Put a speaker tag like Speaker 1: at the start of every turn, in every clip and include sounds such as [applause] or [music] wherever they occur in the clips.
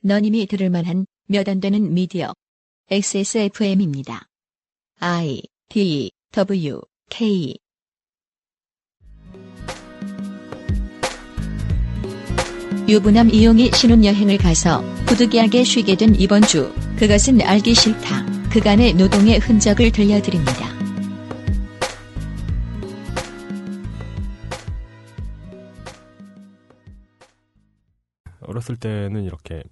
Speaker 1: 너님이 들을 만한 몇 안 되는 미디어. XSFM입니다. I D W K 유부남 이용이 신혼여행을 가서 부득이하게 쉬게 된 이번 주, 그것은 알기 싫다. 그간의 노동의 흔적을 들려드립니다.
Speaker 2: 어렸을 때는 이렇게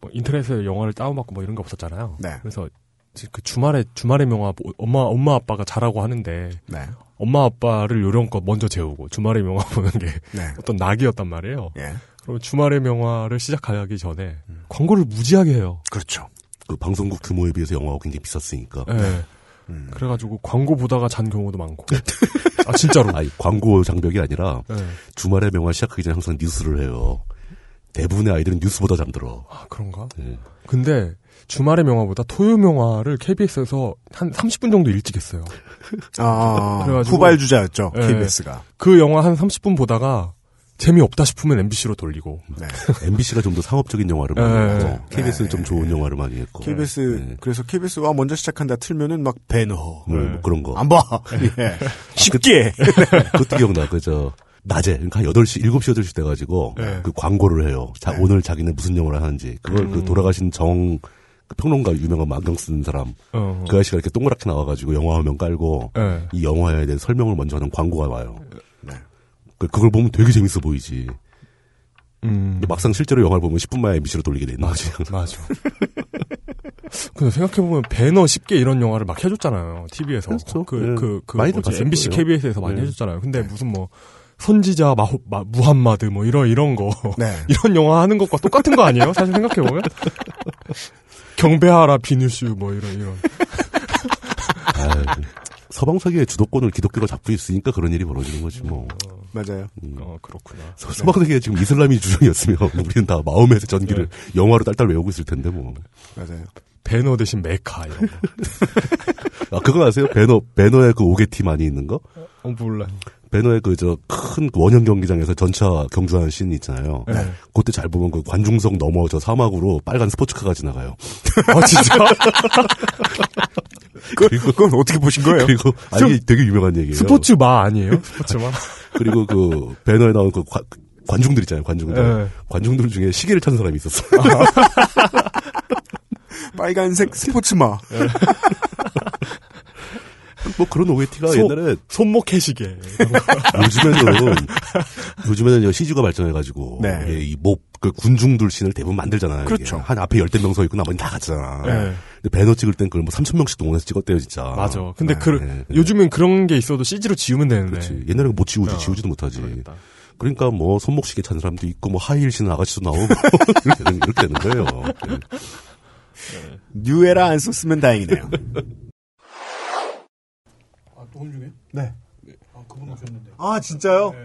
Speaker 2: 뭐 인터넷에서 영화를 다운받고 뭐 이런 거 없었잖아요.
Speaker 3: 네.
Speaker 2: 그래서 지- 그 주말에 주말에 명화 보- 엄마 엄마 아빠가 자라고 하는데
Speaker 3: 네.
Speaker 2: 엄마 아빠를 요령껏 먼저 재우고 주말에 명화 [laughs] 보는 게
Speaker 3: 네.
Speaker 2: 어떤 낙이었단 말이에요.
Speaker 3: 예.
Speaker 2: 그럼 주말에 명화를 시작하기 전에 광고를 무지하게 해요.
Speaker 3: 그렇죠.
Speaker 4: 그 방송국 규모에 비해서 영화가 굉장히 비쌌으니까.
Speaker 2: 예. 그래가지고 광고 보다가 잔 경우도 많고. 아 진짜로.
Speaker 4: 아니, 광고 장벽이 아니라
Speaker 3: 네.
Speaker 2: 예.
Speaker 4: 주말에 명화 시작하기 전에 항상 뉴스를 해요. 대부분의 아이들은 뉴스보다 잠들어.
Speaker 2: 아 그런가?
Speaker 4: 예.
Speaker 2: 근데 주말의 명화보다 토요 명화를 KBS에서 한 30분 정도 일찍 했어요.
Speaker 3: 아,
Speaker 2: 그래가지고-
Speaker 3: 후발 주자였죠.
Speaker 2: 예.
Speaker 3: KBS가.
Speaker 2: 그 영화 한 30분 보다가 재미없다 싶으면 MBC로 돌리고
Speaker 3: 네.
Speaker 4: MBC가 좀 더 상업적인 영화를
Speaker 2: 예.
Speaker 4: 많이 했고,
Speaker 3: 네.
Speaker 4: KBS는 좀 좋은 영화를 많이 했고.
Speaker 3: KBS
Speaker 4: 예.
Speaker 3: 그래서 KBS와 먼저 시작한다 틀면은 막 배너.
Speaker 4: 뭐, 뭐 그런 거.
Speaker 3: 안 봐.
Speaker 2: 네.
Speaker 3: 예.
Speaker 2: 아,
Speaker 3: 쉽게.
Speaker 4: 그것도 기억나. 그저 낮에 그러니까 한 8시, 7시, 8시 돼 가지고
Speaker 2: 네.
Speaker 4: 그 광고를 해요. 자,
Speaker 3: 네.
Speaker 4: 오늘 자기는 무슨 영화를 하는지. 그걸
Speaker 3: 음.
Speaker 4: 그 돌아가신 정그 평론가 유명한 만경 쓰는 사람.
Speaker 2: 어.
Speaker 4: 그 아저씨가 이렇게 동그랗게 나와 가지고 영화 화면 깔고
Speaker 2: 예.
Speaker 4: 이 영화에 대해 설명을 먼저 하는 광고가 와요.
Speaker 3: 네.
Speaker 4: 그- 그걸 보면 되게 재밌어 보이지. 그,
Speaker 2: 음.
Speaker 4: 근데 막상 실제로 영화를 보면 10분 만에 MBC로 돌리게 돼 있는 거지.
Speaker 2: 맞아. 근데 생각해보면 배너 쉽게 이런 영화를 막 해줬잖아요. TV에서.
Speaker 4: 그렇죠.
Speaker 2: 그,
Speaker 4: 예.
Speaker 2: 그, 그,
Speaker 4: 많이들
Speaker 2: 뭐지?
Speaker 4: 봤을
Speaker 2: MBC,
Speaker 4: 거예요.
Speaker 2: KBS에서 많이
Speaker 4: 예.
Speaker 2: 해줬잖아요. 근데 무슨 뭐, 선지자, 마호, 마, 무함마드, 뭐, 이런, 이런
Speaker 4: [laughs]
Speaker 2: 거.
Speaker 3: 네.
Speaker 2: [laughs] 이런 영화 하는 것과 똑같은 거 아니에요? 사실 생각해보면? [laughs] 경배하라, 비누슈, 뭐, 이런,
Speaker 4: [laughs]
Speaker 2: 이런.
Speaker 4: [laughs] 아유, 서방 세계의 주도권을 기독교가 잡고 있으니까 그런 일이 벌어지는 거지 뭐.
Speaker 3: [laughs] 맞아요.
Speaker 2: 어, 그렇구나.
Speaker 4: 서- 서방 세계에 지금 이슬람이 주종이었으면 [laughs] 우리는 다 마음에서 전기를
Speaker 2: 네.
Speaker 4: 영화로 딸딸 외우고 있을 텐데 뭐.
Speaker 3: 맞아요.
Speaker 2: 배너 대신 메카, 이런 거.
Speaker 4: 아 그거 아세요? 배너 배너에 그 오게티 많이 있는 거?
Speaker 2: 어, 몰라.
Speaker 4: 배너에 그 저 큰 원형 경기장에서 전차 경주하는 씬 있잖아요.
Speaker 2: 네.
Speaker 4: 그때 잘 보면 그 관중석 넘어 저 사막으로 빨간 스포츠카가 지나가요.
Speaker 2: 아,
Speaker 4: [laughs]
Speaker 2: 진짜?
Speaker 3: 그, 그건 어떻게 보신 거예요?
Speaker 4: 그리고 아 이게 되게 유명한 얘기예요.
Speaker 2: 스포츠 마 아니에요? 스포츠
Speaker 4: [laughs]
Speaker 2: 마?
Speaker 4: 그리고 그 배너에 나온 그 관- 관중들 있잖아요. 관중들.
Speaker 2: 네.
Speaker 4: 관중들 중에 시계를 찬 사람이 있었어.
Speaker 3: 아. 빨간색 스포츠마.
Speaker 4: [laughs] 뭐 그런 오게티가
Speaker 2: 소-
Speaker 4: 옛날에
Speaker 2: 손목 해시계. [laughs] 이런 거.
Speaker 4: 요즘에는 요즘에는 CG가 발전해가지고
Speaker 3: 네.
Speaker 4: 예, 이 몹, 그 군중들 씬을 대부분 만들잖아요. 이게.
Speaker 3: 그렇죠.
Speaker 4: 한 앞에 열댓 명 서 있고 나머지 다 같잖아.
Speaker 2: 네.
Speaker 4: 근데 배너 찍을 땐 그걸 뭐 3천 명씩 동원해서 찍었대요, 진짜.
Speaker 2: 맞아. 근데
Speaker 3: 네,
Speaker 2: 그
Speaker 4: 네, 네.
Speaker 2: 요즘엔 그런 게 있어도 CG로 지우면 되는데.
Speaker 4: 그렇지. 옛날에는 못 지우지,
Speaker 2: 어,
Speaker 4: 지우지도 못하지.
Speaker 2: 그러겠다.
Speaker 4: 그러니까뭐 손목시계 찬 사람도 있고 뭐 하이힐 신은 아가씨도 나오고 [laughs] 이렇게, 되는, 이렇게 되는 거예요. 예.
Speaker 3: 뉴에라 안 썼으면 다행이네요. 네.
Speaker 2: 아,
Speaker 3: 아, 진짜요?
Speaker 2: 네.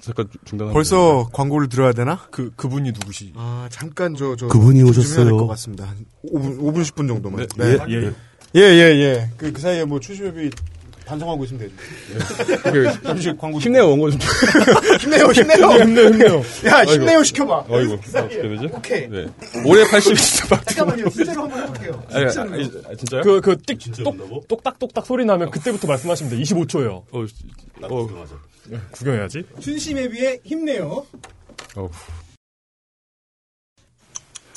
Speaker 5: 잠깐 중단합니다.
Speaker 3: 벌써 광고를 들어야 되나?
Speaker 2: 그 그분이 누구시?
Speaker 3: 아, 잠깐 저, 저.
Speaker 4: 그분이
Speaker 3: 좀
Speaker 4: 오셨어요.
Speaker 3: 해야 될것 같습니다. 한 5분, 5분, 10분 정도만. 네.
Speaker 2: 예.
Speaker 3: 예, 예, 예. 그, 그 사이에 뭐 추시협이 반성하고 있으면 되죠. [laughs] 잠시 광고.
Speaker 5: 힘내요 원고 좀.
Speaker 3: 힘내요,
Speaker 2: 아,
Speaker 3: 힘내요!
Speaker 5: 힘내요 힘내요.
Speaker 3: [laughs] 야, 힘내요, 시켜봐.
Speaker 5: 어이구 어떻게 되죠?
Speaker 3: 오케이.
Speaker 5: 네. 올해 80일 박.
Speaker 3: 잠깐만요, 실제로 한번 해볼게요.
Speaker 5: 아니, 아, 아니, 아, 진짜요?
Speaker 2: 그, 그그띡똑 똑딱똑딱 소리 나면 그때부터 말씀하시면 돼. 25초예요.
Speaker 5: 어, 씨, 어,
Speaker 2: 구경해야지.
Speaker 6: 춘심에 비해 힘내요.
Speaker 5: 어.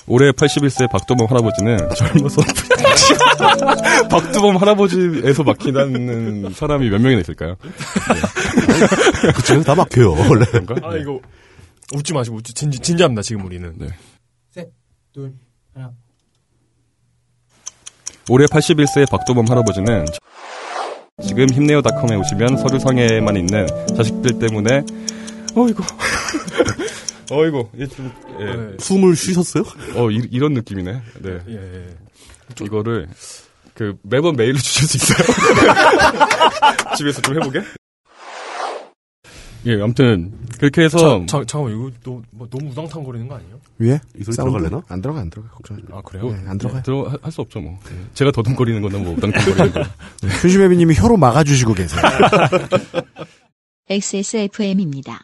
Speaker 5: 올해 81세 박두범 할아버지는 젊어서 [laughs] 박두범 할아버지에서 막히다는 사람이 몇 명이나 있을까요?
Speaker 4: 그쪽에서 다 막혀요, 원래.
Speaker 5: 그런가?
Speaker 2: 아
Speaker 5: 네.
Speaker 2: 이거 웃지 마시고 웃지 진 진지합니다 지금 우리는.
Speaker 5: 네.
Speaker 6: 셋, 둘, 하나.
Speaker 5: 올해 81세 박두범 할아버지는 지금 힘내요닷컴에 오시면 서류상에만 있는 자식들 때문에 [laughs] 어이구 어이구 이게 좀, 예.
Speaker 2: 네.
Speaker 4: 숨을 쉬셨어요?
Speaker 5: 어 이, 런 느낌이네 네
Speaker 2: 예, 예.
Speaker 5: 이거를 그 매번 메일로 주실 수 있어요 [laughs] 집에서 좀 해보게 예 아무튼 그렇게 해서
Speaker 2: 자, 자, 잠깐만 이거 또뭐 너무 우당탕거리는 거 아니에요?
Speaker 3: 위에?
Speaker 4: 이 소리
Speaker 3: 사운드?
Speaker 4: 들어갈래나?
Speaker 3: 안 들어가, 안 들어가. 걱정하지 마.
Speaker 2: 아 그래요?
Speaker 3: 네, 안 들어가요.
Speaker 5: 들어 할 수 없죠 뭐 제가 더듬거리는 거나 뭐 우당탕거리는 거
Speaker 3: 춘심혜비님이 혀로 막아주시고 계세요.
Speaker 1: XSFM입니다.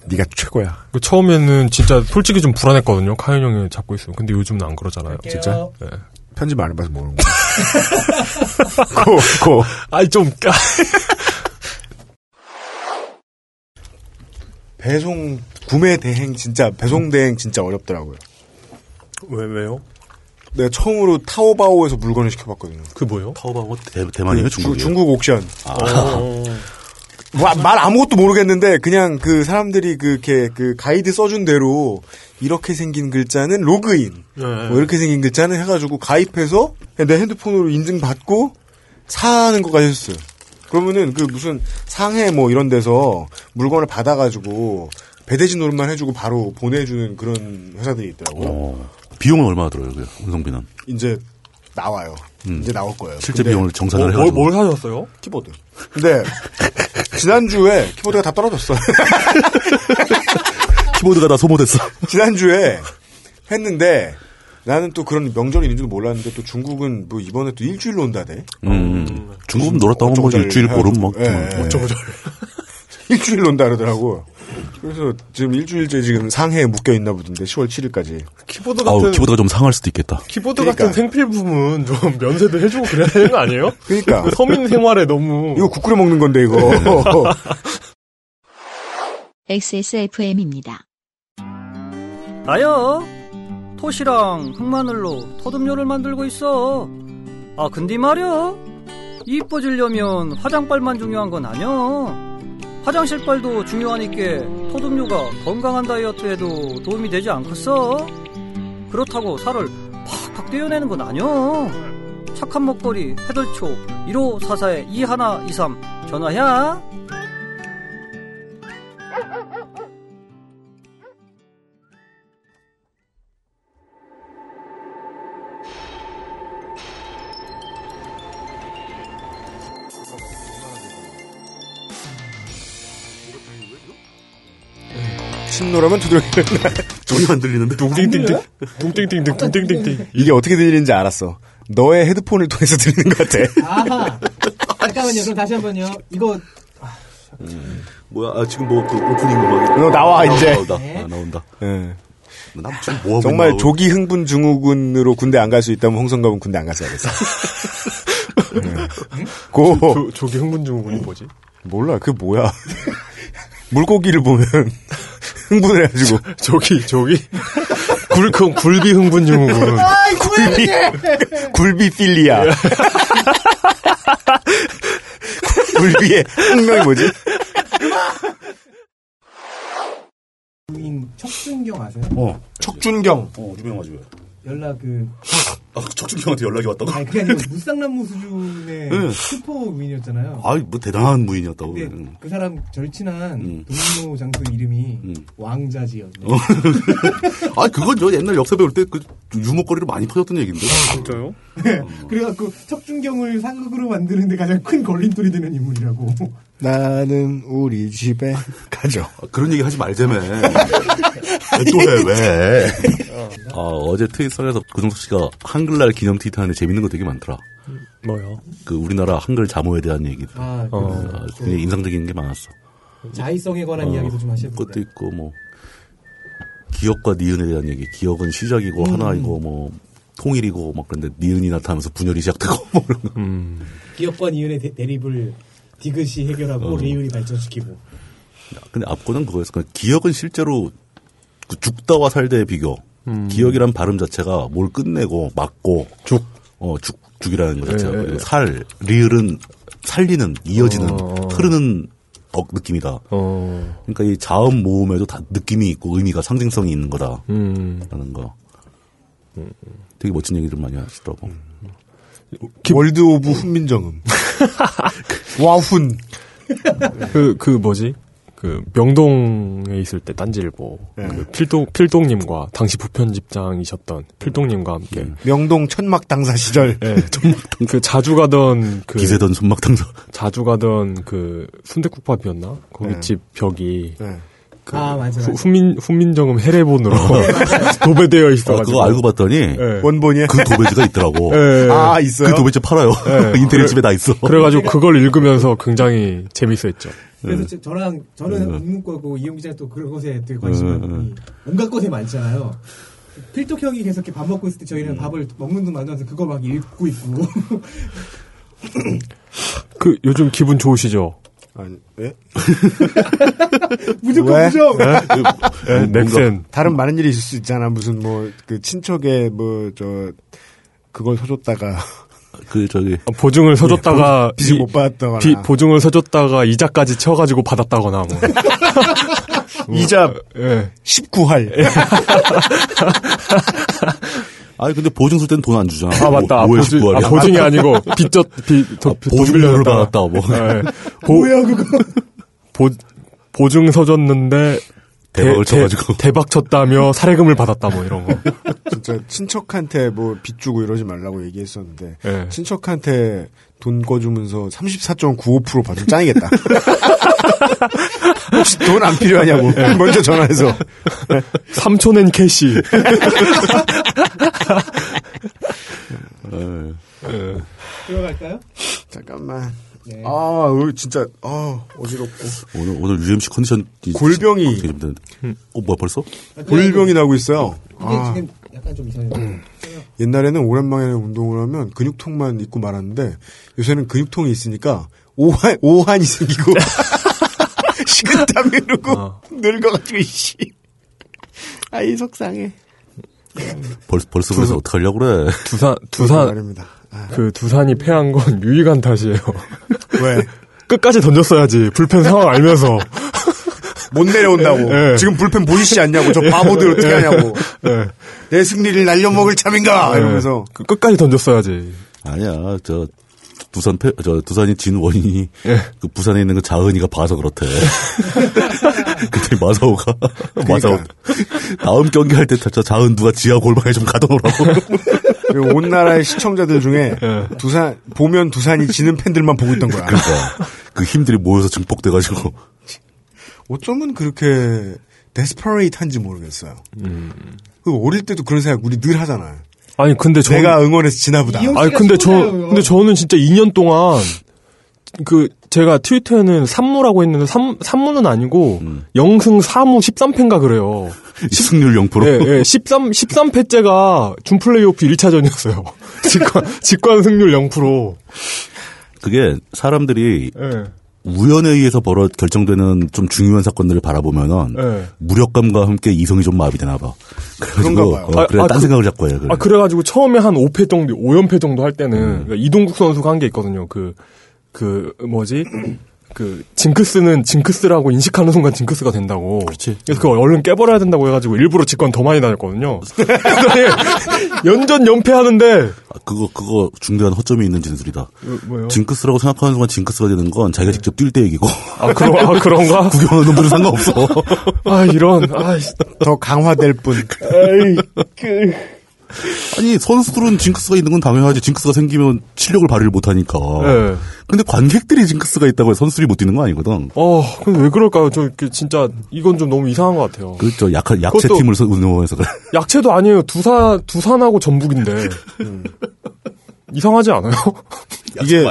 Speaker 7: 네가 최고야
Speaker 2: 그 처음에는 진짜 솔직히 좀 불안했거든요. 카인 형이 잡고 있으면. 근데 요즘은 안 그러잖아요.
Speaker 6: 진짜?
Speaker 2: 예.
Speaker 7: 편집 안 해봐서 모르는 거야 [laughs] 고고
Speaker 2: 아이 좀
Speaker 7: 배송 구매 대행 진짜 배송 대행 진짜 어렵더라고요.
Speaker 3: 왜 왜요?
Speaker 7: 내가 처음으로 타오바오에서 물건을 시켜봤거든요.
Speaker 3: 그 뭐요?
Speaker 4: 타오바오 대,
Speaker 2: 그
Speaker 4: 대만이에요? 중국이에요?
Speaker 7: 그 중국 옥션. 어,
Speaker 4: 아.
Speaker 7: 와, 말 아무것도 모르겠는데 그냥 그 사람들이 그렇게 그 가이드 써준 대로 이렇게 생긴 글자는 로그인,
Speaker 3: 네, 네.
Speaker 7: 뭐 이렇게 생긴 글자는 해가지고 가입해서 내 핸드폰으로 인증 받고 사는 것까지 했어요. 그러면은 그 무슨 상해 뭐 이런 데서 물건을 받아가지고 배대지 노릇만 해주고 바로 보내주는 그런 회사들이 있더라고요.
Speaker 4: 어. 비용은 얼마 들어요, 그 운송비는?
Speaker 7: 이제 나와요.
Speaker 4: 음.
Speaker 7: 이제 나올 거예요.
Speaker 4: 실제
Speaker 7: 근데
Speaker 4: 비용을 정산을
Speaker 7: 뭐-
Speaker 4: 해가지고.
Speaker 7: 뭘, 뭘 사셨어요? 키보드. 근데 지난주에 키보드가 다 떨어졌어.
Speaker 4: 키보드가 다 소모됐어.
Speaker 7: [laughs] 지난주에 했는데 나는 또 그런 명절이 있는 줄 몰랐는데 또 중국은 뭐 이번에 또 일주일로 온다대.
Speaker 4: 음. 중국은 놀았다 오면 뭐
Speaker 7: 어쩌고저쩌고
Speaker 4: 일주일
Speaker 7: 해가지고.
Speaker 4: 보름 뭐.
Speaker 7: 예, 예. [laughs] 일주일로 온다 그러더라고. 그래서 지금 일주일째 지금 상해에 묶여 있나 보던데 10월 7일까지.
Speaker 3: 키보드 같은
Speaker 4: 아우, 키보드가 좀 상할 수도 있겠다.
Speaker 3: 키보드
Speaker 7: 그러니까.
Speaker 3: 같은 생필품은 좀 면세도 해주고 그래야 되는 거
Speaker 2: [laughs]
Speaker 3: 아니에요?
Speaker 7: [laughs] 그러니까.
Speaker 3: 서민 생활에 너무
Speaker 7: 이거 국끓여 먹는 건데 [laughs] 이거.
Speaker 1: XSFM입니다.
Speaker 8: 나야 토시랑 흑마늘로 토듬료를 만들고 있어 아 근데 말이야 이뻐지려면 화장빨만 중요한 건 아니야 화장실빨도 중요하니까 토듬료가 건강한 다이어트에도 도움이 되지 않겠어 그렇다고 살을 팍팍 떼어내는 건 아니야 착한 먹거리 해들초 1544에 2123 전화야
Speaker 7: 신노라면 두들겨.
Speaker 4: 전혀 안 들리는데.
Speaker 7: 둥띵띵띵.
Speaker 3: 둥띵띵띵 둥띵띵띵.
Speaker 7: 이게 어떻게 들리는지 알았어. 너의 헤드폰을 통해서 들리는 것 같아.
Speaker 6: 아하. 잠깐만요. 그럼 다시 한번요. 이거
Speaker 4: 뭐야, 아, 지금 뭐 그 오프닝 음악이.
Speaker 7: 어, 나와, 이제.
Speaker 4: 나온다. 나온다. 아, 나온다.
Speaker 7: [laughs] 예.
Speaker 4: 난 지금 뭐 하고
Speaker 7: 정말
Speaker 4: 있나?
Speaker 7: 조기 흥분 증후군으로 군대 안 갈 수 있다면 홍성갑은 군대 안
Speaker 4: [laughs]
Speaker 7: 갔어야겠어. 네. 고.
Speaker 3: 조, 조기 흥분 증후군이 뭐지?
Speaker 7: 몰라, 그 뭐야. [laughs] 물고기를 보면 [laughs] 흥분을 해가지고.
Speaker 3: 조기,
Speaker 2: [laughs]
Speaker 3: 조기. 굴, 굴비 흥분 증후군.
Speaker 7: 굴비, [laughs] 굴비
Speaker 4: 예.
Speaker 7: 필리아. 굴비의 흥명이 뭐지?
Speaker 6: 부인 척준경 아세요?
Speaker 4: 어.
Speaker 7: 척준경.
Speaker 4: 어, 유명하지 왜.
Speaker 6: 연락 그
Speaker 4: 아, 척준경한테 연락이 왔다고?
Speaker 6: 아니 그게 아니고 무쌍남무 수준의
Speaker 4: 응.
Speaker 7: 음.
Speaker 6: 슈퍼 부인이었잖아요.
Speaker 4: 아이, 뭐 대단한 무인이었다고.
Speaker 7: 네.
Speaker 6: 근데
Speaker 4: 음.
Speaker 6: 그 사람 절친한 동료 장군 이름이 왕자지였네.
Speaker 4: 어. [laughs] 아, 그건 저 옛날 역사 배울 때 그 유목거리로 많이 퍼졌던 얘기인데.
Speaker 3: 진짜요?
Speaker 6: 그래갖고 척준경을 사극으로 만드는데 가장 큰 걸림돌이 되는 인물이라고.
Speaker 7: 나는 우리 집에 가죠.
Speaker 4: 아, 그런 얘기 하지 말자며. 또해 왜? 아, 어제 트윗상에서 고정석 씨가 한글날 기념 트윗 하는데 재밌는 거 되게 많더라.
Speaker 3: 뭐요?
Speaker 4: 그 우리나라 한글 자모에 대한 얘기들.
Speaker 6: 아,
Speaker 4: 어,
Speaker 6: 그렇죠.
Speaker 4: 굉장히 인상적인 게 많았어.
Speaker 6: 자의성에 관한
Speaker 4: 어,
Speaker 6: 이야기도 좀 하실
Speaker 4: 것도 있고 뭐 기억과 니은에 대한 얘기. 기억은 시작이고
Speaker 6: 음.
Speaker 4: 하나이고 뭐 통일이고 막 그런데 니은이 나타나면서 분열이 시작되고 [laughs] 뭐 이런 거.
Speaker 6: 기업과 이윤의 대- 대립을 디귿이 해결하고
Speaker 4: 어.
Speaker 6: 레이윤이 발전시키고.
Speaker 4: 근데 앞거는 그거였어. 그냥 기억은 실제로 그 죽다와 살다의 비교. 기억이란 발음 자체가 뭘 끝내고 막고 죽. 어, 죽 죽이라는 거 자체가
Speaker 5: 예, 예,
Speaker 4: 그리고
Speaker 5: 예.
Speaker 4: 살 리을은 살리는 이어지는
Speaker 5: 어.
Speaker 4: 흐르는 어, 느낌이다. 그러니까 이 자음 모음에도 다 느낌이 있고 의미가 상징성이 있는 거다라는
Speaker 2: 음.
Speaker 4: 거. 되게 멋진 얘기를 많이 하시더라고.
Speaker 2: 음.
Speaker 7: 월드 오브 훈민정음.
Speaker 4: [laughs]
Speaker 7: 와훈.
Speaker 2: 그, 그 뭐지? 그 명동에 있을 때 딴지일보 그 필동 필동님과 당시 부편집장이셨던 필동님과 함께
Speaker 7: 명동 천막 당사 시절
Speaker 2: 예, 그 자주 가던 그
Speaker 4: 기세던 손막당사
Speaker 2: 자주 가던 그 순대국밥이었나 거기
Speaker 3: 네.
Speaker 2: 집 벽이
Speaker 7: 네.
Speaker 2: 그
Speaker 6: 아 맞아.
Speaker 2: 후- 훈민 훈민정음 해례본으로 도배되어 있어
Speaker 4: 아,
Speaker 2: 가지고
Speaker 4: 그거 알고 봤더니
Speaker 7: 원본이
Speaker 4: 그 도배지가 있더라고.
Speaker 2: 예. 네. 아, 있어요?
Speaker 4: 그 도배지 팔아요.
Speaker 2: 예.
Speaker 4: [laughs] 인테리어 집에 다 있어.
Speaker 2: 그래가지고 그걸 읽으면서 굉장히 재밌어했죠.
Speaker 6: 그래서 저- 저랑 저는 인문과고 이용 기자 또 그런 것에 되게 관심이
Speaker 4: 네,
Speaker 2: 음.
Speaker 6: 온갖 것에 많잖아요. 필독 형이 계속 이렇게 밥 먹고 있을 때 저희는 밥을 먹는 둥 만나면서 그거 [laughs] 막 읽고 있고.
Speaker 2: 그 요즘 기분 좋으시죠?
Speaker 7: 아니, 예?
Speaker 3: 무조건
Speaker 7: 왜?
Speaker 3: 무조건.
Speaker 7: 예?
Speaker 2: 예,
Speaker 7: 뭔가
Speaker 2: 넥센.
Speaker 7: 다른 많은 일이 있을 수 있잖아. 무슨 뭐 그 친척의 뭐 저 그걸 서줬다가
Speaker 4: 그 저기
Speaker 2: 보증을 서줬다가
Speaker 7: 예, 빚을
Speaker 2: 이-
Speaker 7: 못 받았다거나.
Speaker 2: 비- 보증을 서줬다가 이자까지 쳐가지고 받았다거나 뭐.
Speaker 7: 이자 19할.
Speaker 4: 아니 근데 보증 쓸 때는 돈 안 주잖아.
Speaker 2: 아 맞다.
Speaker 4: 뭐,
Speaker 2: 보증, 아, 보증이 아니고 빚졌 빚 도- 돈
Speaker 4: 아, 보증료를
Speaker 2: 빌려줬다가.
Speaker 4: 받았다, 뭐. [laughs]
Speaker 2: 예. 보, 뭐야 그거? 보 보증 서줬는데
Speaker 4: [laughs] 대박을 쳐가지고.
Speaker 2: 대박 쳤다며 살해금을 받았다 뭐 이런 거.
Speaker 7: 진짜 친척한테 뭐 빚 주고 이러지 말라고 얘기했었는데
Speaker 2: 예.
Speaker 7: 친척한테 돈 꺼주면서 34.95% 받으면 짱이겠다. 혹시 돈 안 필요하냐고
Speaker 2: 예.
Speaker 7: 먼저 전화해서
Speaker 2: 삼촌엔 캐시.
Speaker 6: 들어갈까요?
Speaker 7: 잠깐만. 아, 오늘 진짜 아 어지럽고
Speaker 4: [laughs] 오늘 오늘 UMC 컨디션
Speaker 7: 골병이.
Speaker 2: 음.
Speaker 4: 어 뭐야 벌써?
Speaker 7: 골병이 나고 있어요.
Speaker 6: 이게
Speaker 7: 아,
Speaker 6: 네.
Speaker 7: 음.
Speaker 6: 지금 약간 좀 이상해요.
Speaker 7: 옛날에는 오랜만에 운동을 하면 근육통만 있고 말았는데 요새는 근육통이 있으니까 오한 오한이
Speaker 6: [laughs]
Speaker 7: 생기고 식은땀 이르고 늙어가지고 씨. 아이 속상해.
Speaker 4: 벌, 벌써 그래서 어떻게 하려고 그래? [laughs]
Speaker 2: 두산
Speaker 7: 그러게
Speaker 2: 두산
Speaker 7: 아, 말입니다.
Speaker 2: 그 두산이 패한 건 유이간 탓이에요.
Speaker 7: 왜?
Speaker 2: 끝까지 던졌어야지 불펜 상황 알면서
Speaker 7: 못 내려온다고.
Speaker 6: 네.
Speaker 2: 예.
Speaker 7: 지금 불펜 보이시지 않냐고. 저 바보들 어떻게
Speaker 2: 예.
Speaker 7: 하냐고.
Speaker 2: 예.
Speaker 7: 내 승리를 날려먹을
Speaker 6: 네.
Speaker 7: 참인가
Speaker 2: 예.
Speaker 7: 이러면서.
Speaker 2: 그- 끝까지 던졌어야지.
Speaker 4: 아니야 저 두산 패, 저 두산이 진 원인이
Speaker 2: 예.
Speaker 4: 그 부산에 있는 그 자은이가 봐서 그렇대. [laughs] 그때 마사오가
Speaker 2: 그러니까.
Speaker 4: 마사오 다음 경기 할 때 저 자은 누가 지하 골방에 좀 가둬놓으라고. [laughs]
Speaker 7: 그리고 온 나라의 시청자들 중에
Speaker 6: 네.
Speaker 7: 두산 보면 두산이 지는 팬들만 보고 있던 거야.
Speaker 4: 그러니까 그 힘들이 모여서 증폭돼가지고 [laughs]
Speaker 7: 어쩌면 그렇게 데스퍼레이트한지 모르겠어요.
Speaker 2: 음.
Speaker 7: 그 어릴 때도 그런 생각 우리 늘 하잖아요.
Speaker 2: 아니 근데 저
Speaker 7: 내가 응원해서 지나보다.
Speaker 2: 아니 근데 저 근데 저는 진짜 2년 동안 그 제가 트위터에는 산무라고 했는데 산 산무는 아니고 영승 4무 13패인가 그래요.
Speaker 4: 승률 0%.
Speaker 2: 예, 예. 13 13패째가 준 플레이오프 1차전이었어요. [laughs] 직관 직관 승률 0%.
Speaker 4: 그게 사람들이
Speaker 2: 예.
Speaker 4: 우연에 의해서 벌어 결정되는 좀 중요한 사건들을 바라보면은
Speaker 2: 예.
Speaker 4: 무력감과 함께 이성이 좀 마비 되나 봐.
Speaker 2: 그런가
Speaker 4: 그래가지고
Speaker 2: 봐요.
Speaker 4: 어,
Speaker 2: 아,
Speaker 4: 그래
Speaker 2: 아,
Speaker 4: 딴
Speaker 2: 그-
Speaker 4: 생각을 자꾸 해요. 그래.
Speaker 2: 아 그래가지고 처음에 한 5패 정도, 5연패 정도 할 때는 그러니까 이동국 선수가 한 게 있거든요. 그 그 뭐지? 그 징크스는 징크스라고 인식하는 순간 징크스가 된다고. 그렇지. 그래서 그걸 얼른 깨버려야 된다고 해가지고 일부러 직관 더 많이 다녔거든요. 그러더니 연전 연패하는데
Speaker 4: 아, 그거 그거 중대한 허점이 있는 진술이다.
Speaker 2: 뭐- 뭐요? 네.
Speaker 4: 징크스라고 생각하는 순간 징크스가 되는 건 자기가 직접 뛸 때 얘기고. [laughs]
Speaker 2: 아, 그러- 아, 그런가?
Speaker 4: 구경하는 놈들은 상관없어. [laughs]
Speaker 2: 아 이런 아
Speaker 7: 더 강화될 뿐.
Speaker 2: [laughs] 그
Speaker 4: 아니 선수들은 징크스가 있는 건 당연하지. 징크스가 생기면 실력을 발휘를 못하니까.
Speaker 2: 예.
Speaker 4: 근데 관객들이 징크스가 있다고 해서 선수들이 못 뛰는 건 아니거든.
Speaker 2: 어, 근데 왜 그럴까요? 저 이렇게 진짜 이건 좀 너무 이상한 것 같아요.
Speaker 4: 그저 그렇죠. 약한 약체
Speaker 2: 그것도-
Speaker 4: 팀을 서- 운영해서 그래.
Speaker 2: 약체도 아니에요. 두산 두산하고 전북인데 음. 이상하지 않아요?
Speaker 7: 이게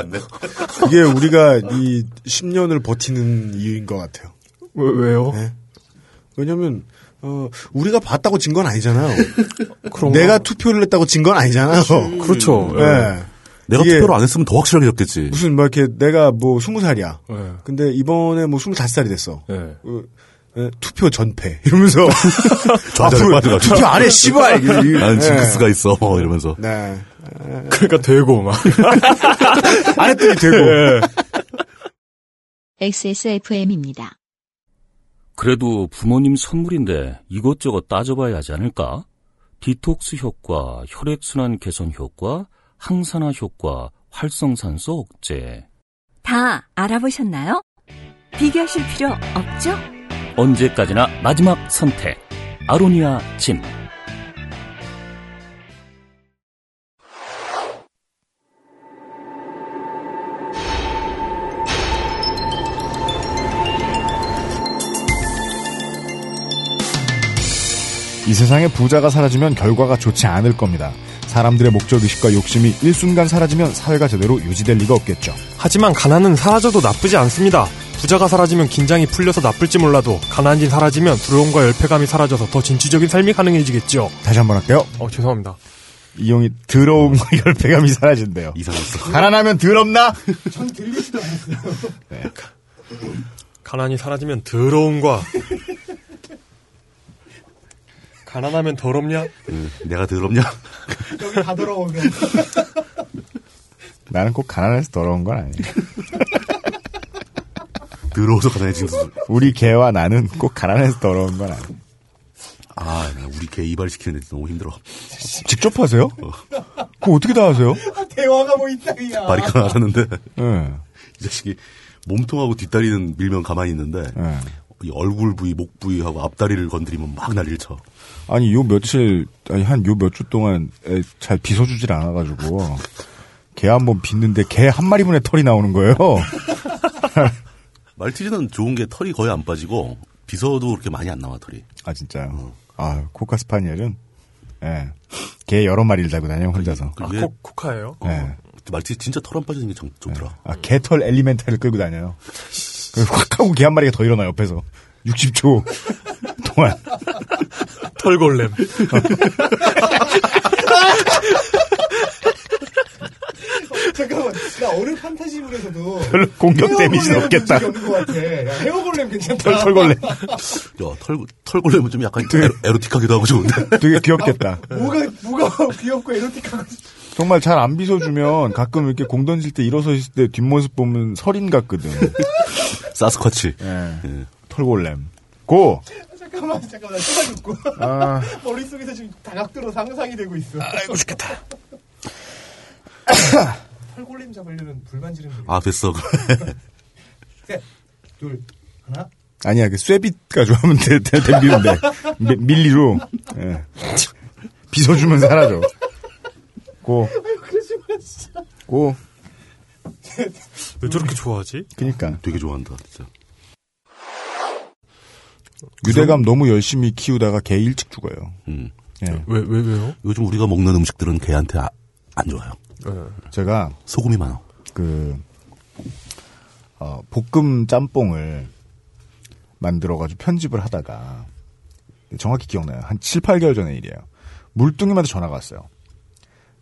Speaker 7: 이게 우리가 이 10년을 버티는 이유인 것 같아요.
Speaker 2: 왜, 요
Speaker 7: 왜냐면 어, 우리가 봤다고 진 건 아니잖아요.
Speaker 2: 그런가?
Speaker 7: 내가 투표를 했다고 진 건 아니잖아요.
Speaker 2: 그렇죠.
Speaker 7: 예.
Speaker 4: 예. 내가
Speaker 7: 이게-
Speaker 4: 투표를 안 했으면 더 확실하게 졌겠지.
Speaker 7: 무슨 막 이렇게 내가 뭐 20살이야.
Speaker 2: 예.
Speaker 7: 근데 이번에 뭐 25살이 됐어.
Speaker 2: 예.
Speaker 7: 어, 예, 투표 전패
Speaker 2: [laughs]
Speaker 7: 이러면서
Speaker 4: 좌절에
Speaker 7: 앞으로
Speaker 4: 빠져가지고.
Speaker 7: 투표 안해
Speaker 9: 아,
Speaker 7: 씨발. 이- 이-
Speaker 4: 나는
Speaker 7: 예.
Speaker 4: 징크스가 있어. 이러면서.
Speaker 7: 네.
Speaker 2: 그러니까 되고 막
Speaker 7: [laughs]
Speaker 2: 예.
Speaker 7: 안 했더니 되고.
Speaker 1: XSFM입니다.
Speaker 10: 그래도 부모님 선물인데 이것저것 따져봐야 하지 않을까? 디톡스 효과, 혈액순환 개선 효과, 항산화 효과, 활성산소 억제.
Speaker 11: 다 알아보셨나요? 비교하실 필요 없죠?
Speaker 10: 언제까지나 마지막 선택. 아로니아 진.
Speaker 9: 이 세상에 부자가 사라지면 결과가 좋지 않을 겁니다. 사람들의 목적 의식과 욕심이 일순간 사라지면 사회가 제대로 유지될 리가 없겠죠.
Speaker 2: 하지만 가난은 사라져도 나쁘지 않습니다. 부자가 사라지면 긴장이 풀려서 나쁠지 몰라도 가난이 사라지면 두려움과 열패감이 사라져서 더 진취적인 삶이 가능해지겠죠.
Speaker 9: 다시 한번 할게요.
Speaker 2: 어 죄송합니다.
Speaker 9: 이용이 [laughs] 더러움과 열패감이 사라진대요. 이상했어. 가난하면 더럽나?
Speaker 6: 전 들리지도 않았어요.
Speaker 2: 가난이 사라지면 더러움과 [laughs] 가난하면 더럽냐?
Speaker 4: 음, 내가 더럽냐?
Speaker 12: 여기 다 들어오면.
Speaker 7: 나는 꼭 가난해서 더러운 건 아니야.
Speaker 4: 더러워서 가난해진 거.
Speaker 7: 우리 개와 나는 꼭 가난해서 더러운 건 아니야.
Speaker 4: 아, 나 우리 개 이발시키는 애 너무 힘들어.
Speaker 7: 직접 하세요? 그거 어떻게 다 하세요?
Speaker 12: 대화가 뭐 있다, 이야.
Speaker 4: 바리카 나가는데
Speaker 7: 예.
Speaker 4: 이 자식이 몸통하고 뒷다리는 밀면 가만히 있는데
Speaker 9: 예.
Speaker 4: 이 얼굴 부위, 목 부위하고 앞다리를 건드리면 막 난리를 쳐.
Speaker 7: 아니 요 며칠 아니 한 요 몇 주 동안 에, 잘 빗어주질 않아가지고 개 한 번 빗는데 개 한 마리분의 털이 나오는 거예요.
Speaker 4: 말티즈는 좋은 게 털이 거의 안 빠지고 비서도 그렇게 많이 안 나와 털이.
Speaker 7: 아 진짜요? 아 코카스파니엘은 예. 개 여러 마리를 달고 다녀요 혼자서.
Speaker 4: 그 위에-
Speaker 2: 아, 코카예요? 어.
Speaker 7: 예.
Speaker 4: 말티즈 진짜 털 안 빠지는 게 참 좋더라.
Speaker 7: 아, 개털 엘리멘탈을 끌고 다녀요. 그래서 확 하고 개 한 마리가 더 일어나 옆에서 60초 동안
Speaker 2: 털골렘.
Speaker 12: 잠깐만, 나 어느 판타지물에서도.
Speaker 7: 별로 공격 데미지는 없겠다.
Speaker 12: 헤어골렘 없는 것 같아. 야, 헤어골렘 괜찮다.
Speaker 4: 야, 털, 털골렘은 좀 약간 에로, 틱하기도 하고 좋은데. [laughs]
Speaker 7: 되게 귀엽겠다.
Speaker 12: 뭐가, 뭐가 귀엽고 에로틱한
Speaker 7: 정말 잘 안 빗어주면 가끔 이렇게 공 던질 때 일어서 있을 때 뒷모습 보면 서린 같거든. 예.
Speaker 4: 사스쿼치. 예.
Speaker 7: 털골렘. 고!
Speaker 12: 잠깐만, 잠깐만, 수가 죽고.
Speaker 7: 아.
Speaker 12: [laughs] 머릿속에서 지금 다각도로 상상이 되고 있어.
Speaker 4: 아이고,
Speaker 12: [coughs]
Speaker 4: 죽겠다.
Speaker 12: 털골림 잡으려면 불만 지르는 거.
Speaker 4: 아, 됐어. [laughs]
Speaker 12: 셋, 둘, 하나.
Speaker 7: 아니야, 그 쇠빗 가져오면 되, 되, 되는데 밀리로 예. 빗어주면 사라져. 고,
Speaker 12: 아유, 그러지 마, 진짜.
Speaker 7: 고.
Speaker 2: 왜 저렇게 좋아하지?
Speaker 7: 그니까.
Speaker 4: 되게 좋아한다, 진짜.
Speaker 7: 유대감 너무 열심히 키우다가 개 일찍 죽어요.
Speaker 4: 음.
Speaker 7: 예.
Speaker 2: 왜, 왜, 왜요?
Speaker 4: 요즘 우리가 먹는 음식들은 개한테 아- 안 좋아요.
Speaker 7: 제가
Speaker 4: 소금이 많아.
Speaker 7: 그 어, 볶음 짬뽕을 만들어가지고 편집을 하다가 정확히 기억나요. 한 7, 8개월 전의 일이에요. 물뚱이한테 전화가 왔어요.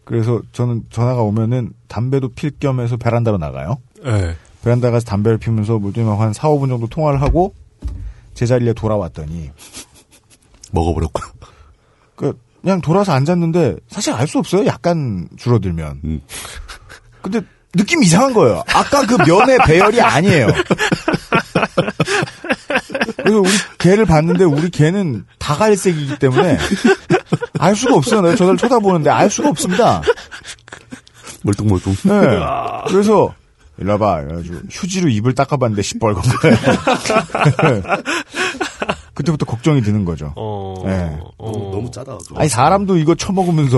Speaker 7: 그래서 저는 전화가 오면은 담배도 필 겸해서 베란다로 나가요.
Speaker 4: 네.
Speaker 2: 예.
Speaker 7: 베란다 가서 담배를 피우면서 물뚱이하고 한 4, 5분 정도 통화를 하고 제자리에 돌아왔더니
Speaker 4: 먹어버렸고. [laughs]
Speaker 7: 그 그냥 돌아서 앉았는데 사실 알 수 없어요. 약간 줄어들면. 근데 느낌 이상한 거예요. 아까 그 면의 배열이 아니에요. 그래서 우리 개를 봤는데 우리 개는 다 갈색이기 때문에 알 수가 없어요. 내가 저를 쳐다보는데 알 수가 없습니다.
Speaker 4: 멀뚱멀뚱.
Speaker 7: 네. 그래서 일로 와봐. 그래가지고 휴지로 입을 닦아봤는데 시뻘건 거예요. 그때부터 걱정이 드는 거죠.
Speaker 2: 어,
Speaker 7: 네.
Speaker 4: [laughs] 너무, 너무 짜다. 그거.
Speaker 7: 어, 아니 사람도 이거 처먹으면서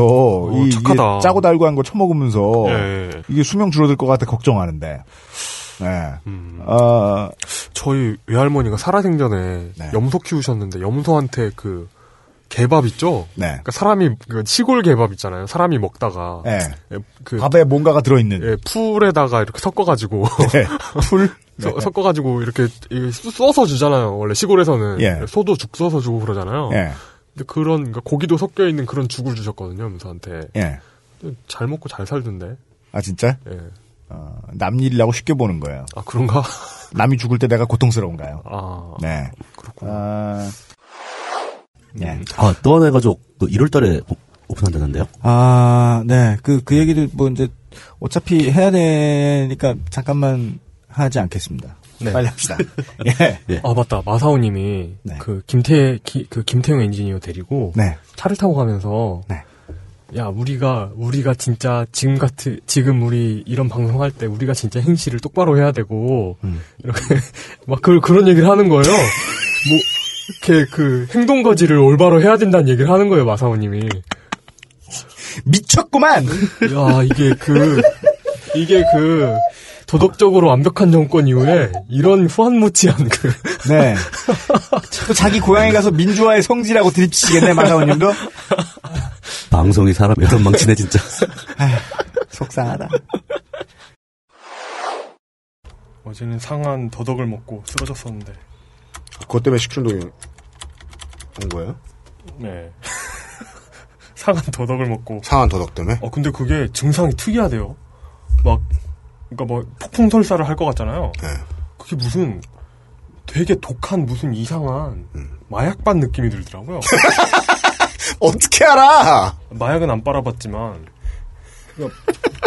Speaker 7: 이, 이게
Speaker 4: 착하다.
Speaker 7: 짜고 달고 한 거 처먹으면서
Speaker 2: 예.
Speaker 7: 이게 수명 줄어들 것 같아 걱정하는데. 네. 아,
Speaker 2: 저희 외할머니가 살아생전에
Speaker 4: 네.
Speaker 2: 염소 키우셨는데 염소한테 그 개밥 있죠?
Speaker 7: 네.
Speaker 2: 그러니까 사람이 그 시골 개밥 있잖아요. 사람이 먹다가
Speaker 4: 네.
Speaker 7: 예.
Speaker 2: 예, 그
Speaker 7: 밥에 뭔가가 들어있는. 예.
Speaker 2: 예, 풀에다가 이렇게
Speaker 4: [laughs]
Speaker 2: 섞어가지고
Speaker 7: 풀
Speaker 2: 서- 섞어가지고 이렇게 이게 쏘- 써서 주잖아요. 원래 시골에서는
Speaker 7: 예.
Speaker 2: 소도 죽 써서 주고 그러잖아요.
Speaker 7: 예.
Speaker 2: 근데 그런 그러니까 고기도 섞여 있는 그런 죽을 주셨거든요. 염소한테
Speaker 7: 예.
Speaker 2: 잘 먹고 잘 살던데.
Speaker 7: 아 진짜?
Speaker 2: 예.
Speaker 7: 어, 남 일이라고 쉽게 보는 거예요.
Speaker 2: 아 그런가? [laughs]
Speaker 7: 남이 죽을 때 내가 고통스러운가요?
Speaker 2: 아
Speaker 7: 네. 그렇구나. 예.
Speaker 4: 아, 또 하나의 가족, 그 1월달에 오픈한다는데요?
Speaker 13: 아, 네. 그, 그 얘기를 뭐 이제 어차피 해야 되니까 잠깐만 하지 않겠습니다. 빨리 합시다. 예.
Speaker 7: 네.
Speaker 2: 아 맞다 마사오님이 그 김태 기- 그 김태형 엔지니어 데리고
Speaker 13: 네.
Speaker 2: 차를 타고 가면서 야 우리가 우리가 진짜 지금 같은 지금 우리 이런 방송할 때 우리가 진짜 행실을 똑바로 해야 되고 이렇게 [laughs] 막 그, 그런 얘기를 하는 거예요. 뭐 이렇게 그 행동 거지를 올바로 해야 된다는 얘기를 하는 거예요 마사오님이.
Speaker 13: 미쳤구만.
Speaker 2: 야 이게 그 이게 그 도덕적으로 완벽한 정권 이후에 이런 후한무치한 그
Speaker 13: 네. 자꾸 자기 고향에 가서 민주화의 성지라고 드립치시겠네, 마사원님도.
Speaker 4: 방송이 사람 여럿 망치네, 진짜.
Speaker 13: 속상하다.
Speaker 2: [laughs] 어제는 상한 더덕을 먹고 쓰러졌었는데.
Speaker 14: 그것 때문에 식중독이 온 거예요?
Speaker 2: 네. [laughs] 상한 더덕을 먹고.
Speaker 14: 상한 더덕 때문에?
Speaker 2: 어, 근데 그게
Speaker 7: 네.
Speaker 2: 증상이 특이하대요. 막, 그러니까 뭐 폭풍설사를 할 것 같잖아요. 그게 무슨 되게 독한 무슨 이상한
Speaker 7: 음.
Speaker 2: 마약반 느낌이 들더라고요.
Speaker 7: [laughs] 어떻게 알아?
Speaker 2: 마약은 안 빨아봤지만 그러니까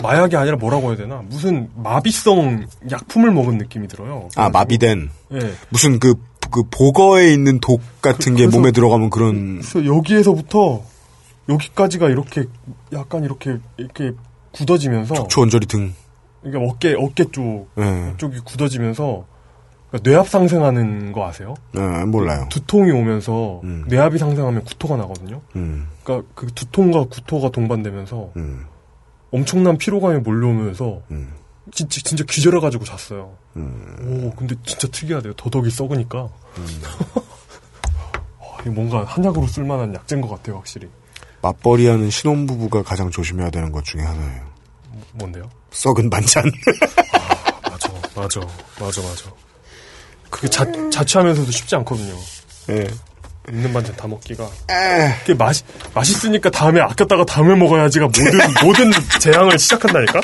Speaker 2: 마약이 아니라 뭐라고 해야 되나 무슨 마비성 약품을 먹은 느낌이 들어요.
Speaker 7: 아, 마비된.
Speaker 2: 예.
Speaker 7: 무슨 그, 그 보거에 있는 독 같은 게
Speaker 2: 그래서-
Speaker 7: 몸에 들어가면 그런.
Speaker 2: 그래서 여기에서부터 여기까지가 이렇게 약간 이렇게 이렇게 굳어지면서
Speaker 7: 초원절이 등.
Speaker 2: 그러니까 어깨 어깨 쪽
Speaker 7: 예.
Speaker 2: 쪽이 굳어지면서 그러니까 뇌압 상승하는 거 아세요?
Speaker 7: 예, 몰라요.
Speaker 2: 두통이 오면서 뇌압이 상승하면 구토가 나거든요.
Speaker 7: 음.
Speaker 2: 그러니까 그 두통과 구토가 동반되면서 엄청난 피로감이 몰려오면서
Speaker 7: 음,
Speaker 2: 진짜 진짜 기절해 가지고 잤어요. 오, 근데 진짜 특이하대요. 더덕이 썩으니까. 음. [laughs] 와, 이거 뭔가 한약으로 쓸만한 약재인 것 같아요, 확실히.
Speaker 7: 맞벌이 하는 신혼부부가 가장 조심해야 되는 것 중에 하나예요.
Speaker 2: 뭔데요?
Speaker 7: 썩은 반찬. [laughs]
Speaker 2: 맞아, 맞아, 맞아, 맞아. 그게 자, 자취하면서도 쉽지 않거든요.
Speaker 7: 예.
Speaker 2: 있는 반찬 다 먹기가. 그게 맛이, 맛있으니까 다음에 아꼈다가 다음에 먹어야지가 모든, 모든 재앙을 시작한다니까?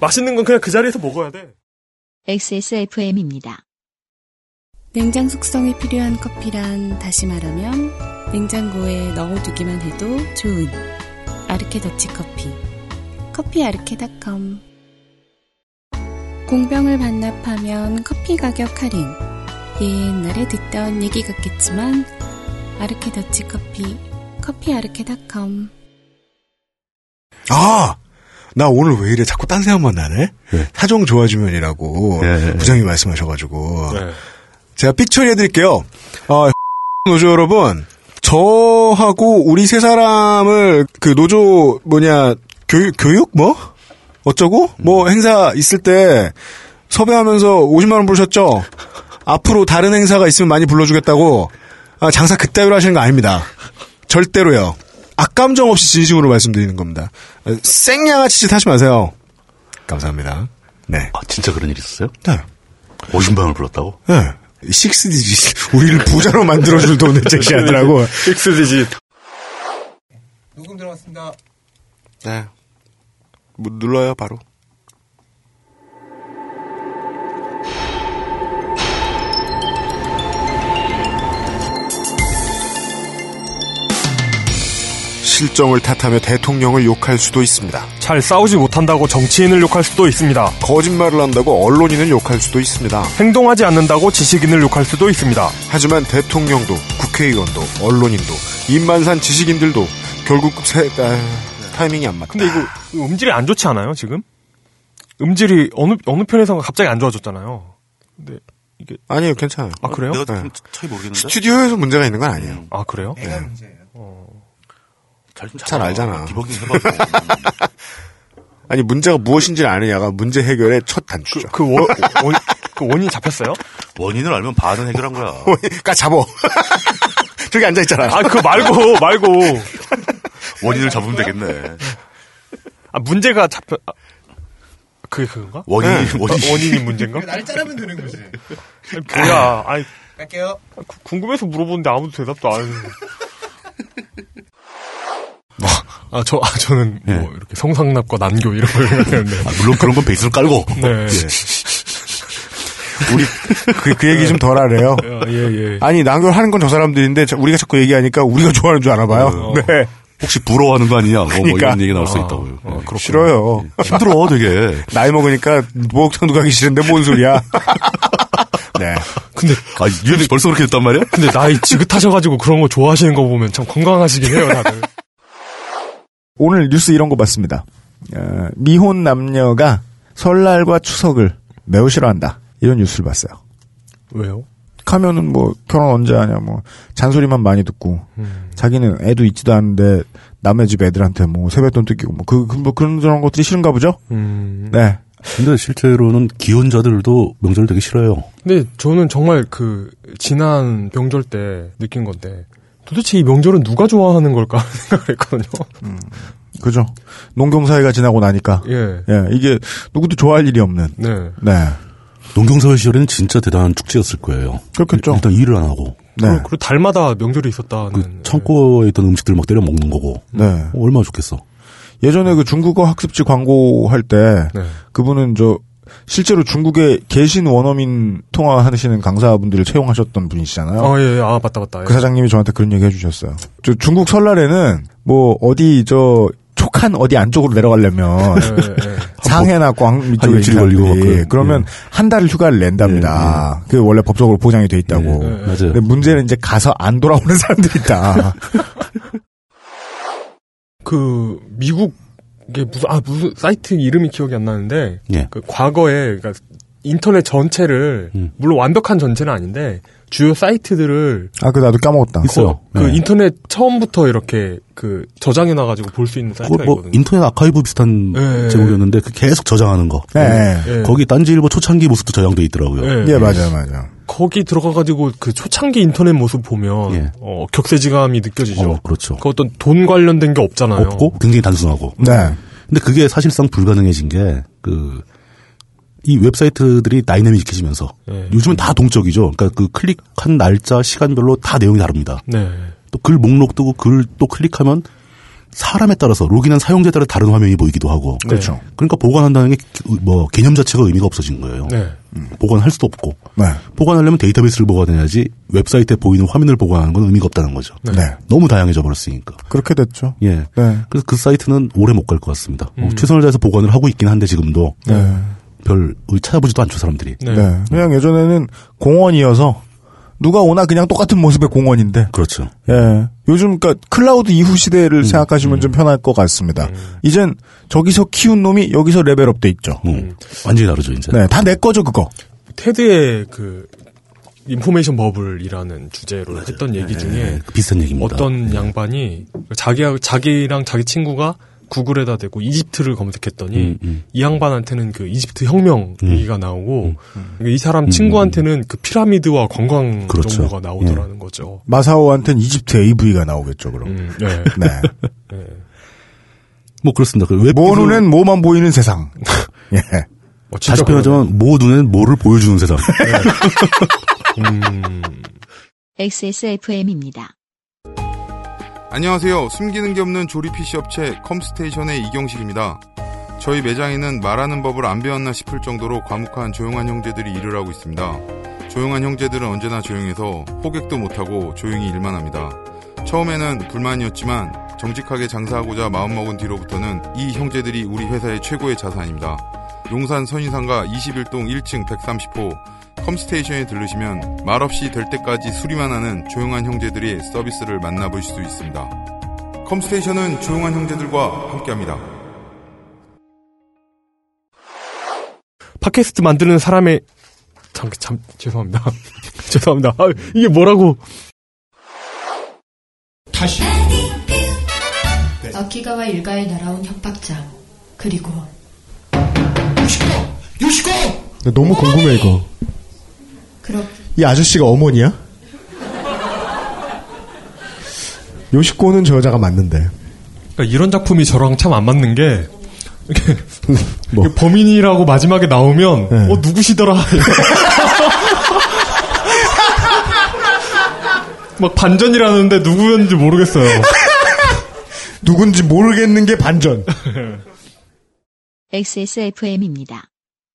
Speaker 2: 맛있는 건 그냥 그 자리에서 먹어야 돼.
Speaker 1: XSFM입니다.
Speaker 15: 냉장 숙성이 필요한 커피란 다시 말하면 냉장고에 넣어두기만 해도 좋은 아르케 더치 커피. 커피 아르케닷컴. 공병을 반납하면 커피 가격 할인. 옛날에 듣던 얘기 같겠지만 아르케 더치 커피. 커피 아르케닷컴.
Speaker 7: 아! 나 오늘 왜 이래 자꾸 딴 생각만 나네? 사정 좋아지면이라고 부장님이 말씀하셔가지고 제가 삑처리 해드릴게요. 어, [laughs] 노조 여러분 저하고 우리 세 사람을 그 노조 뭐냐 교육 교육 뭐 어쩌고 뭐 행사 있을 때 섭외하면서 50만 원 부르셨죠? 앞으로 다른 행사가 있으면 많이 불러주겠다고 아, 장사 그따위로 하시는 거 아닙니다. 절대로요. 악감정 없이 진심으로 말씀드리는 겁니다. 아, 생양아치 짓 하지 마세요. 감사합니다. 네.
Speaker 4: [laughs] 아, 진짜 그런 일 있었어요?
Speaker 7: 네.
Speaker 4: 50만을 불렀다고?
Speaker 7: 네. 식스 디짓. 우리를 부자로 만들어줄 돈을 제시하더라고.
Speaker 2: 식스 디짓.
Speaker 6: 녹음 들어갔습니다.
Speaker 7: 네. 뭐 눌러요, 바로. 실정을 탓하며 대통령을 욕할 수도 있습니다.
Speaker 2: 잘 싸우지 못한다고 정치인을 욕할 수도 있습니다.
Speaker 7: 거짓말을 한다고 언론인을 욕할 수도 있습니다.
Speaker 2: 행동하지 않는다고 지식인을 욕할 수도 있습니다.
Speaker 7: 하지만 대통령도 국회의원도 언론인도 인만산 지식인들도 결국 세, 아, 타이밍이 안 맞다.
Speaker 2: 근데 이거 음질이 안 좋지 않아요, 지금? 음질이 어느, 어느 편에선가 갑자기 안 좋아졌잖아요. 근데 이게.
Speaker 7: 아니에요, 괜찮아요.
Speaker 2: 아, 그래요?
Speaker 4: 내가 좀 네? 차이 모르겠는데.
Speaker 7: 스튜디오에서 문제가 있는 건 아니에요.
Speaker 2: 아, 그래요?
Speaker 7: 네.
Speaker 4: 잘좀
Speaker 7: 잘 알잖아.
Speaker 4: 디버깅 해봐.
Speaker 7: 아니 문제가 무엇인지를 아느냐가 문제 해결의 첫 단추죠.
Speaker 2: 그, 원, 원, 그 원인 잡혔어요?
Speaker 4: 원인을 알면 반은 해결한 거야.
Speaker 7: 까 그러니까 잡어. [laughs] 저기 앉아 있잖아.
Speaker 2: 아, 그거 말고, 말고.
Speaker 4: [laughs] 원인을 잡으면 되겠네.
Speaker 2: 아, 문제가 잡혀. 아, 그게 그건가?
Speaker 4: 원인, 원인.
Speaker 2: 아, 원인이 문제인가?
Speaker 6: 그 날 자르면 되는 거지.
Speaker 2: 아니, 뭐야. 아니,
Speaker 6: 갈게요.
Speaker 2: 아, 구- 궁금해서 물어보는데 아무도 대답도 안 해요. 아, 저, 아, 저는,
Speaker 4: 예.
Speaker 2: 뭐, 이렇게 성상납과 난교 이런 걸
Speaker 4: [laughs]
Speaker 2: 생각했는데.
Speaker 4: 아, 물론 그런 건 베이스로 깔고.
Speaker 2: 네.
Speaker 7: 우리 그, 그 얘기 좀 덜 하래요.
Speaker 2: 예, 예.
Speaker 7: 아니 난결하는 건 저 사람들인데 자- 우리가 자꾸 얘기하니까 우리가 좋아하는 줄 알아봐요. 네.
Speaker 4: 혹시 부러워하는 거 아니냐? 뭐, 뭐
Speaker 7: 그러니까.
Speaker 4: 이런 얘기 나올 수
Speaker 7: 아,
Speaker 4: 있다고요. 예.
Speaker 7: 싫어요.
Speaker 9: [laughs]
Speaker 4: 힘들어, 되게.
Speaker 7: 나이 먹으니까 목욕탕도 가기 싫은데 뭔
Speaker 4: [laughs]
Speaker 7: 소리야? 네.
Speaker 2: 근데
Speaker 4: 아, 유엠 씨 벌써 그렇게 됐단 말이야?
Speaker 2: 근데 나이 지긋하셔가지고 그런 거 좋아하시는 거 보면 참 건강하시긴 해요, 다들.
Speaker 9: 오늘 뉴스 이런 거 봤습니다. 어, 미혼 남녀가 설날과 추석을 매우 싫어한다. 이런 뉴스를 봤어요.
Speaker 2: [laughs] 왜요?
Speaker 9: 가면은 뭐 결혼 언제 하냐 뭐 잔소리만 많이 듣고
Speaker 4: 음.
Speaker 9: 자기는 애도 있지도 않은데 남의 집 애들한테 뭐 세뱃돈 뜯기고 뭐그 그, 뭐 그런 저런 것들이 싫은가 보죠.
Speaker 2: 음.
Speaker 4: 음.
Speaker 9: 네.
Speaker 4: 근데 실제로는 기혼자들도 명절을 되게 싫어요.
Speaker 2: 근데 저는 정말 그, 지난 명절 때 느낀 건데, 도대체 이 명절은 누가 좋아하는 걸까 [laughs] 생각을 했거든요.
Speaker 9: 그죠. 농경 사회가 지나고 나니까
Speaker 2: 예.
Speaker 9: 이게 누구도 좋아할 일이 없는
Speaker 2: 네.
Speaker 4: 농경사회 시절에는 진짜 대단한 축제였을 거예요.
Speaker 9: 그렇겠죠.
Speaker 4: 일단 일을 안 하고.
Speaker 9: 네.
Speaker 2: 그리고, 그리고 달마다 명절이 있었다는.
Speaker 4: 그 창고에 있던 음식들 막 때려 먹는 거고.
Speaker 9: 네.
Speaker 4: 어, 얼마나 좋겠어. 네.
Speaker 2: 네.
Speaker 9: 예전에 그 중국어 학습지 광고 할 때 그분은 저
Speaker 7: 실제로 중국에 계신 원어민 통화하시는 강사분들을 채용하셨던 분이시잖아요.
Speaker 4: 어,
Speaker 2: 아, 예, 예. 아, 맞다, 맞다. 예.
Speaker 7: 그 사장님이 저한테 그런 얘기 해주셨어요. 저 중국 설날에는 뭐 어디 저 촉한 어디 안쪽으로
Speaker 4: [laughs]
Speaker 7: 내려가려면
Speaker 2: 예,
Speaker 7: 상해나 광
Speaker 4: 한
Speaker 7: 이쪽에
Speaker 4: 일주일
Speaker 7: 있는
Speaker 4: 걸리고
Speaker 7: 사람들이
Speaker 4: 막 그런- 예.
Speaker 7: 그러면 한 달을 휴가를 낸답니다. 그게 원래 법적으로 보장이 돼
Speaker 4: 예,
Speaker 7: 있다고.
Speaker 4: 네.
Speaker 7: 네. 근데 문제는 이제 가서 안 돌아오는 [laughs] 사람들이
Speaker 4: [laughs]
Speaker 7: 있다.
Speaker 2: 그 미국 이게 무슨 아 무슨 사이트 이름이 기억이 안 나는데
Speaker 4: 예.
Speaker 2: 그 과거에 그러니까 인터넷 전체를 물론 완벽한 전체는 아닌데 주요 사이트들을
Speaker 7: 아, 그 나도 까먹었다.
Speaker 2: 어, 그 인터넷 처음부터 이렇게 그 저장해 놔가지고 볼 수 있는 사이트가
Speaker 4: 그거 뭐
Speaker 2: 있거든요.
Speaker 4: 인터넷 아카이브 비슷한
Speaker 7: 네.
Speaker 2: 예,
Speaker 4: 제목이었는데 그 계속 저장하는 거. 네.
Speaker 2: 예, 예.
Speaker 4: 거기 딴지일보 초창기 모습도 저장돼 있더라고요.
Speaker 7: 네.
Speaker 2: 예, 예. 거기 들어가가지고 그 초창기 인터넷 모습 보면 어, 격세지감이 느껴지죠.
Speaker 4: 그렇죠.
Speaker 2: 그 어떤 돈 관련된 게 없잖아요.
Speaker 4: 없고 굉장히 단순하고.
Speaker 7: 네.
Speaker 4: 근데 그게 사실상 불가능해진 게 그 이 웹사이트들이 다이내믹해지면서
Speaker 7: 네.
Speaker 2: 예.
Speaker 4: 요즘은 다 동적이죠. 그러니까 그 클릭한 날짜, 시간별로 다 내용이 다릅니다.
Speaker 2: 네.
Speaker 4: 또 글 목록 뜨고 글 또 클릭하면 사람에 따라서 로그인한 사용자에 따라 다른 화면이 보이기도 하고.
Speaker 2: 네.
Speaker 7: 그렇죠.
Speaker 4: 그러니까 보관한다는 게 뭐 개념 자체가 의미가 없어진 거예요.
Speaker 2: 네.
Speaker 4: 음, 보관할 수도 없고
Speaker 7: 네.
Speaker 4: 보관하려면 데이터베이스를 보관해야지 웹사이트에 보이는 화면을 보관하는 건 의미가 없다는 거죠.
Speaker 7: 네. 네.
Speaker 4: 너무 다양해져 버렸으니까.
Speaker 7: 그렇게 됐죠.
Speaker 4: 예.
Speaker 7: 네.
Speaker 4: 그래서 그 사이트는 오래 못 갈 것 같습니다. 어,
Speaker 7: 음.
Speaker 4: 최선을 다해서 보관을 하고 있긴 한데 지금도
Speaker 7: 네.
Speaker 4: 별 찾아보지도 않죠 사람들이.
Speaker 7: 네. 그냥 예전에는 공원이어서 누가 오나 그냥 똑같은 모습의 공원인데.
Speaker 4: 그렇죠.
Speaker 7: 예. 요즘 그러니까 클라우드 이후 시대를 생각하시면 좀 편할 것 같습니다. 이젠 저기서 키운 놈이 여기서 레벨업 돼 있죠.
Speaker 2: 음.
Speaker 4: 완전히 다르죠 이제.
Speaker 7: 네, 다 내 거죠 그거.
Speaker 2: 테드의 그 인포메이션 버블이라는 주제로 했던 얘기
Speaker 4: 네,
Speaker 2: 중에
Speaker 4: 예, 그 비슷한 얘기입니다.
Speaker 2: 어떤 양반이 자기 자기랑 자기 친구가 구글에다 대고 이집트를 검색했더니
Speaker 4: 음, 음.
Speaker 2: 이 양반한테는 그 이집트 혁명
Speaker 4: 음.
Speaker 2: 얘기가 나오고 그러니까 이 사람 친구한테는 그 피라미드와 관광 정보가 나오더라는 거죠.
Speaker 7: 마사오한테는 이집트 AV가 나오겠죠 그럼.
Speaker 2: 네.
Speaker 7: 네.
Speaker 4: 뭐 그렇습니다. 그
Speaker 7: 모 [laughs] 눈엔 뭐만 보이는 세상. 예.
Speaker 4: 다시 표현하자면 모 눈엔 뭐를 보여주는 세상.
Speaker 1: XSFM입니다.
Speaker 16: 안녕하세요. 숨기는 게 없는 조립 PC 업체 컴스테이션의 이경식입니다. 저희 매장에는 말하는 법을 안 배웠나 싶을 정도로 과묵한 조용한 형제들이 일을 하고 있습니다. 조용한 형제들은 언제나 조용해서 호객도 못하고 조용히 일만 합니다. 처음에는 불만이었지만 정직하게 장사하고자 마음먹은 뒤로부터는 이 형제들이 우리 회사의 최고의 자산입니다. 용산 선인상가 21동 1층 130호 컴스테이션에 들르시면 말없이 될 때까지 수리만 하는 조용한 형제들의 서비스를 만나보실 수 있습니다. 컴스테이션은 조용한 형제들과 함께합니다.
Speaker 2: 팟캐스트 만드는 사람의 참, 참 죄송합니다. [laughs] 죄송합니다. 아, 이게 뭐라고? 다시.
Speaker 17: 아키가와 일가에 날아온 협박장 그리고
Speaker 18: 요시코!
Speaker 7: 네, 너무 궁금해 이거.
Speaker 17: 그렇
Speaker 7: 이 아저씨가 어머니야? 요시코는 저 여자가 맞는데. [laughs]
Speaker 2: 그러니까 이런 작품이 저랑 참 안 맞는 게 이렇게
Speaker 7: 뭐,
Speaker 2: 이렇게 범인이라고 마지막에 나오면 어 [laughs] 누구시더라 막 반전이라는데 누구였는지 모르겠어요.
Speaker 7: 누군지 모르겠는 게 반전.
Speaker 1: XSFM입니다.